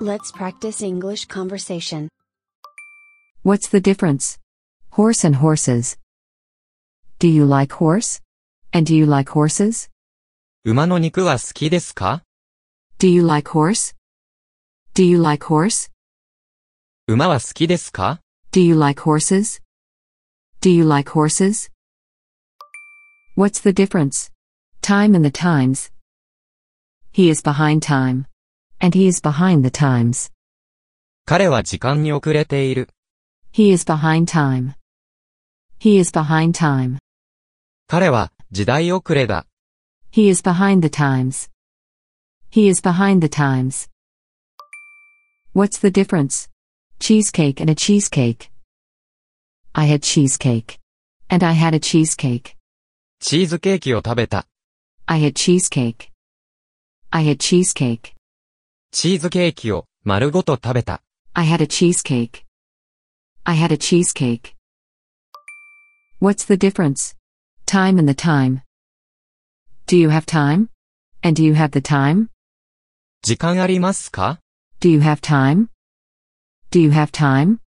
Let's practice English conversation. What's the difference? Horse and horses. Do you like horse? And do you like horses? 馬の肉は好きですか Do you like horse? Do you like horse? 馬は好きですか Do you like horses? Do you like horses? What's the difference? Time and the times. He is behind time. And he is behind the times. 彼は時間に遅れている。 He is behind time. He is behind time. 彼は時代遅れだ。 He is behind the times. He is behind the times. What's the difference? Cheesecake and a cheesecake. I had cheesecake. And I had a cheesecake. チーズケーキを食べた。 I had cheesecake. I had cheesecake. チーズケーキを丸ごと食べた。 I had a cheesecake. I had a cheesecake. What's the difference? Time and the time. Do you have time? And do you have the time? 時間ありますか Do you have time? Do you have time?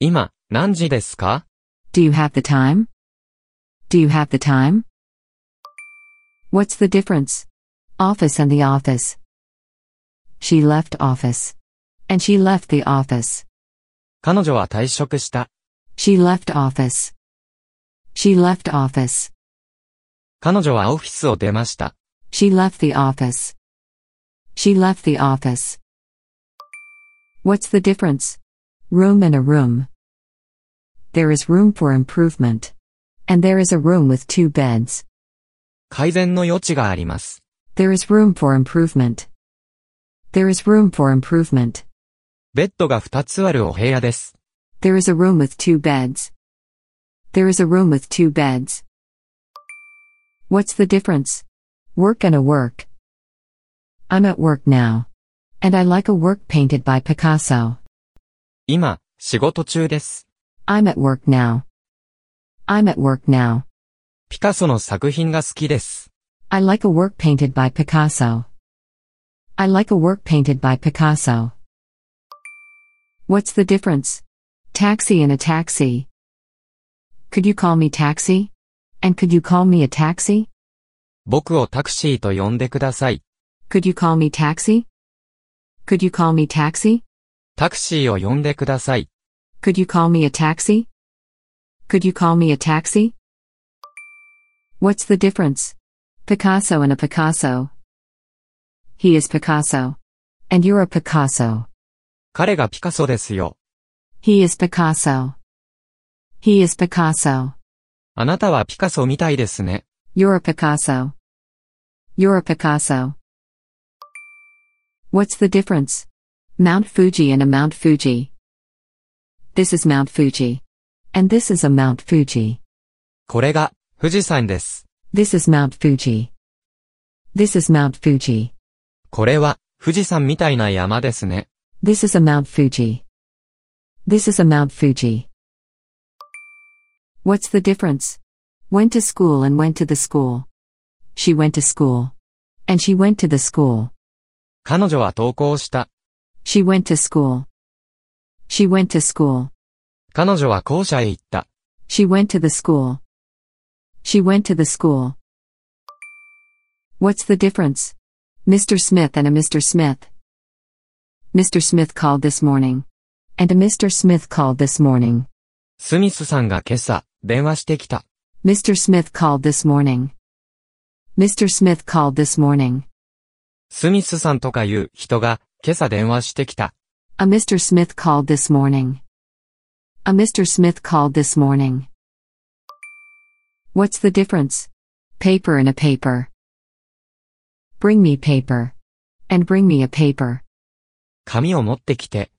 今、何時ですか Do you have the time? Do you have the time? What's the difference? Office and the office. She left office. And she left the office. 彼女は退職した。 She left office. She left office. 彼女はオフィスを出ました。 She left the office. She left the office. What's the difference? Room and a room. There is room for improvement. And there is a room with two beds. 改善の余地があります。 There is room for improvement. There is room for improvement. ベッドが2つあるお部屋です。 There is a room with two beds. There is a room with two beds. What's the difference? Work and a work. I'm at work now. And I like a work painted by Picasso. 今、仕事中です。 I'm at work now. I'm at work now. ピカソの作品が好きです。 I like a work painted by Picasso. I like a work painted by Picasso. What's the difference? Taxi and a taxi. Could you call me taxi? And could you call me a taxi? 僕をタクシーと呼んでください。 Could you call me taxi? Could you call me taxi? タクシーを呼んでください。 Could you call me a taxi? Could you call me a taxi? What's the difference? Picasso and a Picasso. He is Picasso. And you're a Picasso. 彼がピカソですよ。 He is Picasso. He is Picasso. あなたはピカソみたいですね。 You're a Picasso. You're a Picasso. What's the difference? Mount Fuji and a Mount Fuji. This is Mount Fuji. And this is a Mount Fuji. これが、富士山です。 This is Mount Fuji. This is Mount Fuji. これは、富士山みたいな山ですね。 This is a Mount Fuji. This is a Mount Fuji. What's the difference? Went to school and went to the school. She went to school. And she went to the school. 彼女は投稿した。 She went to school. She went to school. 彼女は校舎へ行った。 She went to the school. She went to the school. What's the difference? Mr. Smith and a Mr. Smith. Mr. Smith called this morning. And a Mr. Smith called this morning. スミスさんが今朝、電話してきた。 Mr. Smith called this morning. Mr. Smith called this morning. スミスさんとかいう人が、今朝電話してきた。 A Mr. Smith called this morning. A Mr. Smith called this morning. What's the difference? Paper and a paper. Bring me paper. And bring me a paper. 紙を持ってきて、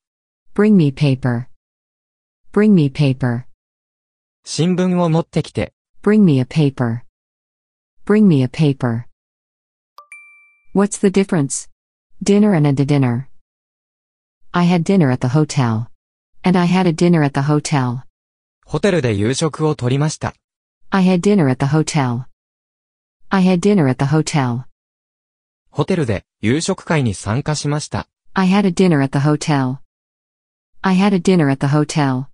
Bring me paper. Bring me paper. 新聞を持ってきて、 Bring me a paper. Bring me a paper. What's the difference? Dinner and a dinner. I had dinner at the hotel. And I had a dinner at the hotel. ホテルで夕食をとりました。 I had dinner at the hotel. I had dinner at the hotel. ホテルで、夕食会に参加しました。 I had a dinner at the hotel. I had a dinner at the hotel.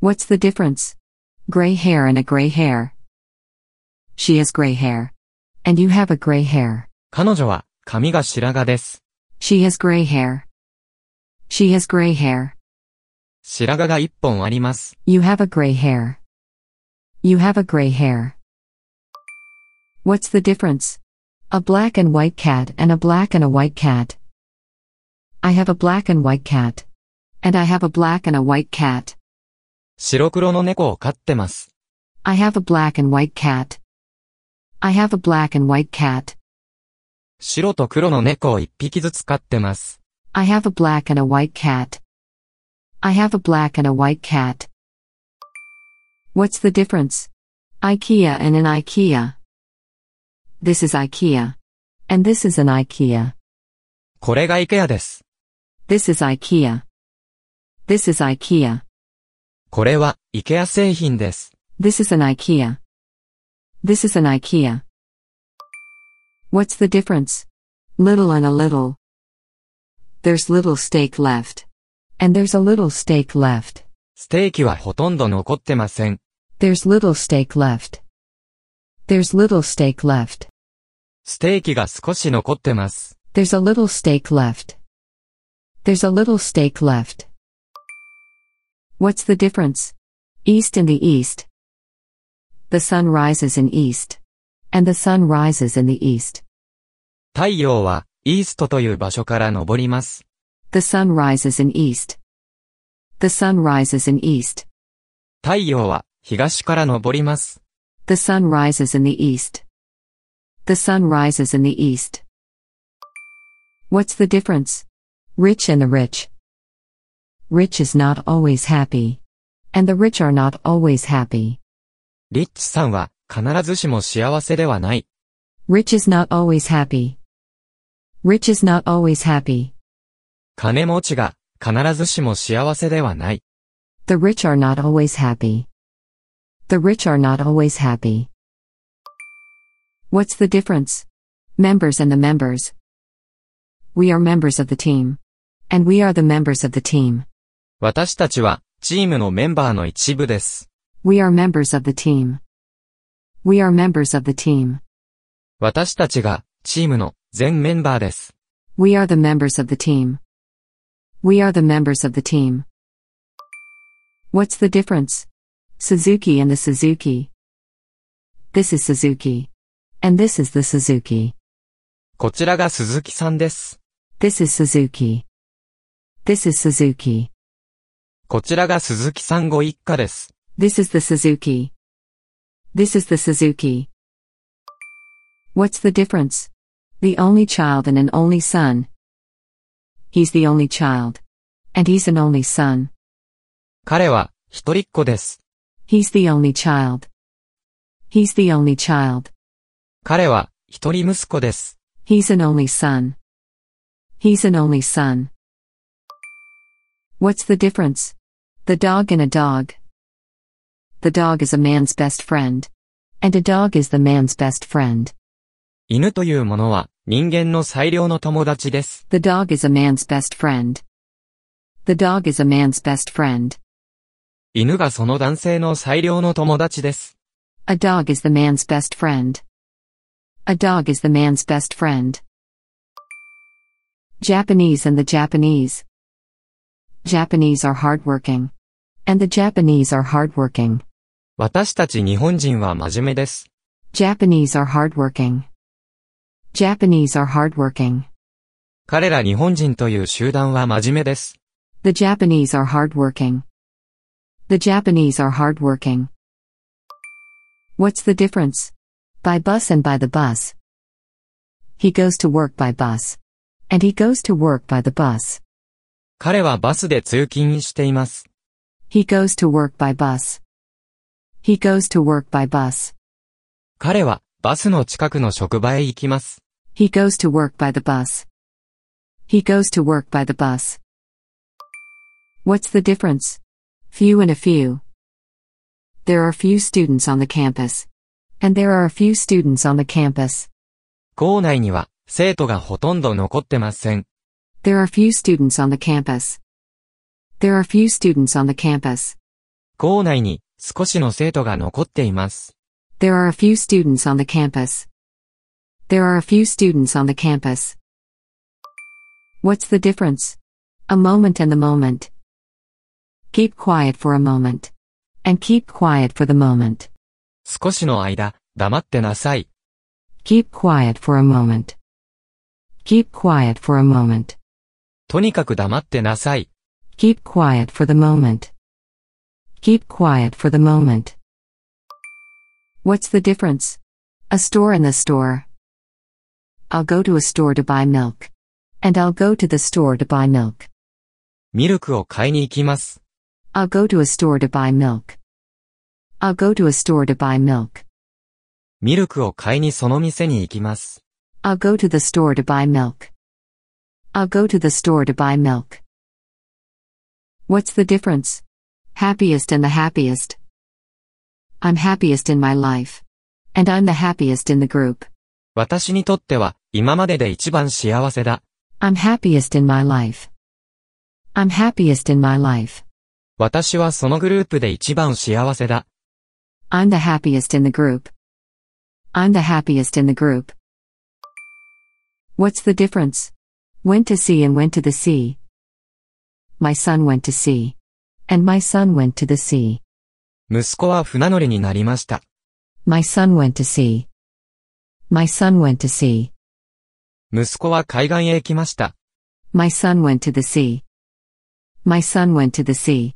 What's the difference? Gray hair and a gray hair. She has gray hair. And you have a gray hair. 彼女は髪が白髪です。 She has gray hair. She has gray hair. 白髪が一本あります。 You have a gray hair. You have a gray hair. What's the difference? A black and white cat and a black and a white cat. I have a black and white cat. And I have a black and a white cat. 白黒の猫を飼ってます。 I have a black and white cat. I have a black and white cat. 白と黒の猫を一匹ずつ飼ってます。 I have a black and a white cat. I have a black and a white cat. What's the difference? IKEA and an IKEA. This is IKEA. And this is an IKEA. これが IKEA です。 This is IKEA. This is IKEA. これは IKEA 製品です。 This is an IKEA. This is an IKEA. What's the difference? Little and a little. There's little steak left. And there's a little steak left. ステーキはほとんど残ってません。 There's little steak left. There's little steak left. ステーキが少し残ってます。 There's a little steak left. There's a little steak left. What's the difference? East and the east. The sun rises in east. And the sun rises in the east. 太陽はイーストという場所から昇ります。 The sun rises in east. The sun rises in east. 太陽は東から昇ります。 The sun rises in the east. The sun rises in the east. What's the difference? Rich and the rich. Rich is not always happy. And the rich are not always happy. リッチさんは必ずしも幸せではない。 Rich is not always happy. Rich is not always happy. 金持ちが必ずしも幸せではない。 The rich are not always happy. The rich are not always happy. What's the difference? Members and the members. We are members of the team. And we are the members of the team. 私たちはチームのメンバーの一部です。 We are members of the team. We are members of the team. 私たちがチームの全メンバーです。 We are the members of the team. We are the members of the team. What's the difference? Suzuki and the Suzuki. This is Suzuki. And this is the Suzuki. こちらが鈴木さんです。 This is Suzuki. This is Suzuki. こちらが鈴木さんご一家です。 This is the Suzuki. This is the Suzuki. What's the difference? The only child and an only son. He's the only child. And he's an only son. 彼は一人っ子です。 He's the only child. He's the only child. 彼は一人息子です。 He's an only son. He's an only son. What's the difference? The dog and a dog. The dog is a man's best friend. And a dog is the man's best friend. 犬というものは人間の最良の友達です。 The dog is a man's best friend. The dog is a man's best friend. 犬がその男性の最良の友達です。 A dog is the man's best friend. A dog is the man's best friend. Japanese and the Japanese. Japanese are hardworking. And the Japanese are hardworking. 私たち日本人は真面目です。 Japanese are hardworking. Japanese are hardworking. 彼ら日本人という集団は真面目です。 The Japanese are hardworking. The Japanese are hardworking. What's the difference? By bus and by the bus. He goes to work by bus. And he goes to work by the bus. 彼はバスで通勤しています。 He goes to work by bus. He goes to work by bus. 彼はバスの近くの職場へ行きます。 He goes to work by the bus. He goes to work by the bus. What's the difference? Few and a few. There are few students on the campus. And there are a few students on the campus. 校内には生徒がほとんど残ってません。 There are few students on the campus. There are few students on the campus. 校内に少しの生徒が残っています。 There are a few students on the campus. There are a few students on the campus. What's the difference? A moment and the moment. Keep quiet for a moment. And keep quiet for the moment. 少しの間、黙ってなさい。 Keep quiet for a moment. Keep quiet for a moment. とにかく黙ってなさい。 Keep quiet for the moment. Keep quiet for the moment. What's the difference? A store and the store. I'll go to a store to buy milk. And I'll go to the store to buy milk. ミルクを買いに行きます。 I'll go to a store to buy milk. I'll go to a store to buy milk. ミルクを買いにその店に行きます。 I'll go to the store to buy milk. I'll go to the store to buy milk. What's the difference? Happiest and the happiest. I'm happiest in my life. And I'm the happiest in the group. 私にとっては、今までで一番幸せだ。 I'm happiest in my life. I'm happiest in my life. 私はそのグループで一番幸せだ。 I'm the happiest in the group. I'm the happiest in the group. What's the difference? Went to sea and went to the sea. My son went to sea. And my son went to the sea. 息子は船乗りになりました。 My son went to sea. My son went to sea. 息子は海岸へ行きました。 My son went to the sea. My son went to the sea.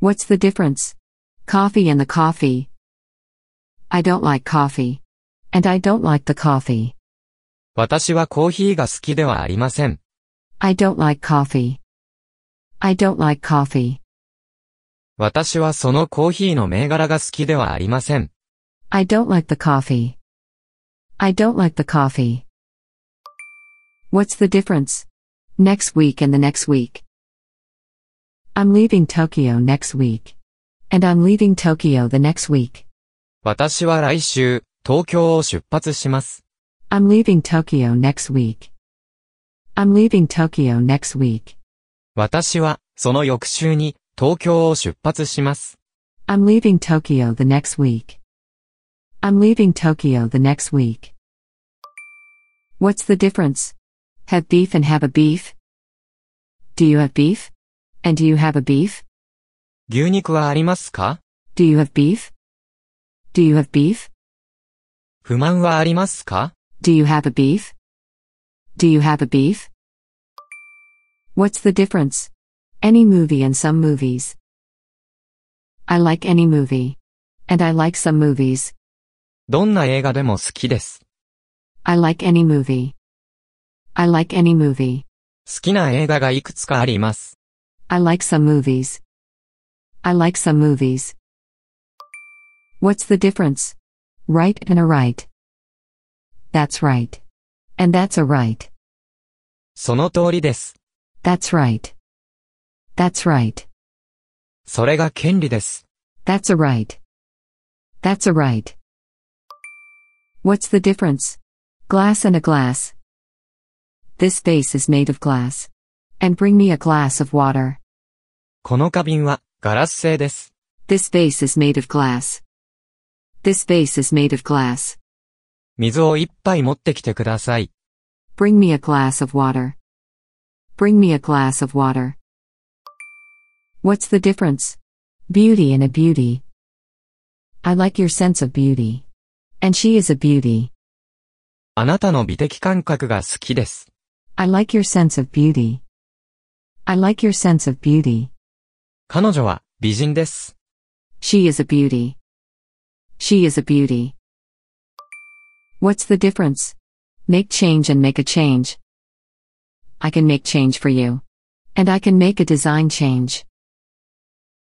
What's the difference? Coffee and the coffee. I don't like coffee. And I don't like the coffee. 私はコーヒーが好きではありません。 I don't like coffee. I don't like coffee. 私はそのコーヒーの銘柄が好きではありません。 I don't like the coffee. I don't like the coffee. What's the difference? Next week and the next week. I'm leaving Tokyo next week. And I'm leaving Tokyo the next week. 私は来週、東京を出発します。 I'm leaving Tokyo next week. I'm leaving Tokyo next week. 私は、その翌週に、東京を出発します。 I'm leaving Tokyo the next week. I'm leaving Tokyo the next week. What's the difference? Have beef and have a beef? Do you have beef? And do you have a beef? 牛肉はありますか Do you have beef? Do you have beef? 不満はありますか Do you have a beef? Do you have a beef? What's the difference? Any movie and some movies. I like any movie. And I like some movies. どんな映画でも好きです。 I like any movie. I like any movie. 好きな映画がいくつかあります。 I like some movies. I like some movies. What's the difference? Right and a right. That's right. And that's a right. その通りです。 That's right. That's right. それが権利です。 That's a right. That's a right. What's the difference? Glass and a glass. This vase is made of glass. And bring me a glass of water. この花瓶は、ガラス製です。 This vase is made of glass. This vase is made of glass. 水を一杯持ってきてください。 Bring me a glass of water. Bring me a glass of water. What's the difference? Beauty and a beauty. I like your sense of beauty. And she is a beauty. あなたの美的感覚が好きです。 I like your sense of beauty. I like your sense of beauty. 彼女は美人です。 She is a beauty. She is a beauty. What's the difference? Make change and make a change. I can make change for you. And I can make a design change.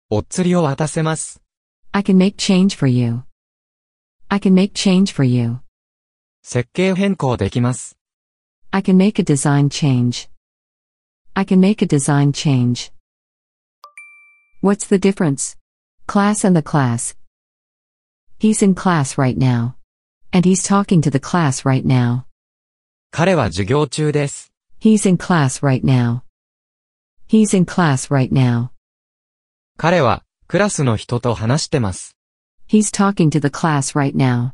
お釣りを渡せます。 I can make change for you. I can make change for you. 設計変更できます。 I can make a design change. I can make a design change. What's the difference? Class and the class. He's in class right now. And he's talking to the class right now. 彼は授業中です。 He's in class right now. He's in class right now. 彼は、クラスの人と話してます。 He's talking to the class right now.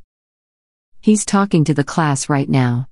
He's talking to the class right now.